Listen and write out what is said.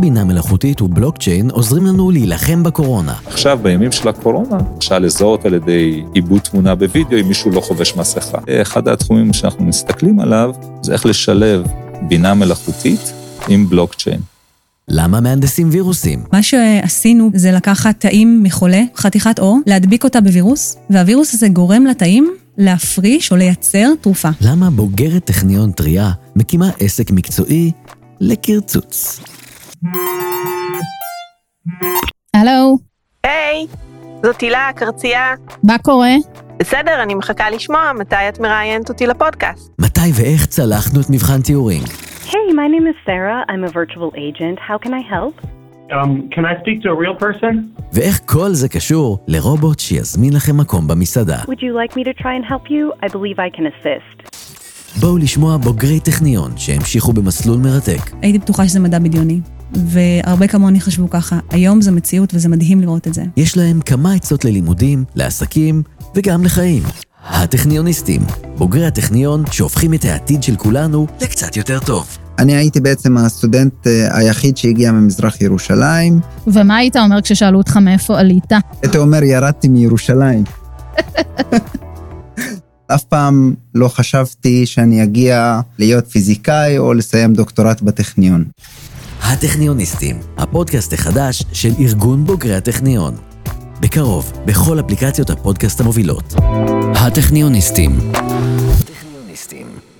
בינה מלאכותית ובלוקצ'יין עוזרים לנו להילחם בקורונה. עכשיו, בימים של הקורונה, אפשר לזהות על ידי עיבוד תמונה בווידאו אם מישהו לא חובש מסכה. אחד התחומים שאנחנו מסתכלים עליו זה איך לשלב בינה מלאכותית עם בלוקצ'יין. למה מהנדסים וירוסים? מה שעשינו זה לקחת תאים מחולה, חתיכת עור, להדביק אותה בווירוס, והווירוס הזה גורם לתאים להפריש או לייצר תרופה. למה בוגרת טכניון טריה מקימה עסק מקצועי לקרצוץ? הלו, היי, זאת הילה הקרצייה. מה קורה? בסדר, אני מחכה לשמוע מתי את מראיינת אותי לפודקאסט. מתי ואיך צלחנו את מבחן טיורינג? Hey, my name is Sarah. I'm a virtual agent. How can I help? Um, can I speak to a real person? ואיך כל זה קשור לרובוט שיזמין לכם מקום במסעדה. Would you like me to try and help you? I believe I can assist. בואו לשמוע בוגרי טכניון שהמשיכו במסלול מרתק. הייתי בטוחה שזה מדע בדיוני, והרבה כמוני חשבו ככה. היום זו מציאות וזה מדהים לראות את זה. יש להם כמה עצות ללימודים, לעסקים וגם לחיים. הטכניוניסטים, בוגרי הטכניון שהופכים את העתיד של כולנו לקצת יותר טוב. אני הייתי בעצם הסטודנט אה, היחיד שהגיע ממזרח ירושלים. ומה היית אומר כששאלו אותך מאיפה עלית? הייתי אומר, ירדתי מירושלים. אף פעם לא חשבתי שאני אגיע להיות פיזיקאי או לסיים דוקטורט בטכניון. הטכניוניסטים, הפודקאסט החדש של ארגון בוגרי הטכניון. בקרוב, בכל אפליקציות הפודקאסט המובילות. הטכניוניסטים. הטכניוניסטים.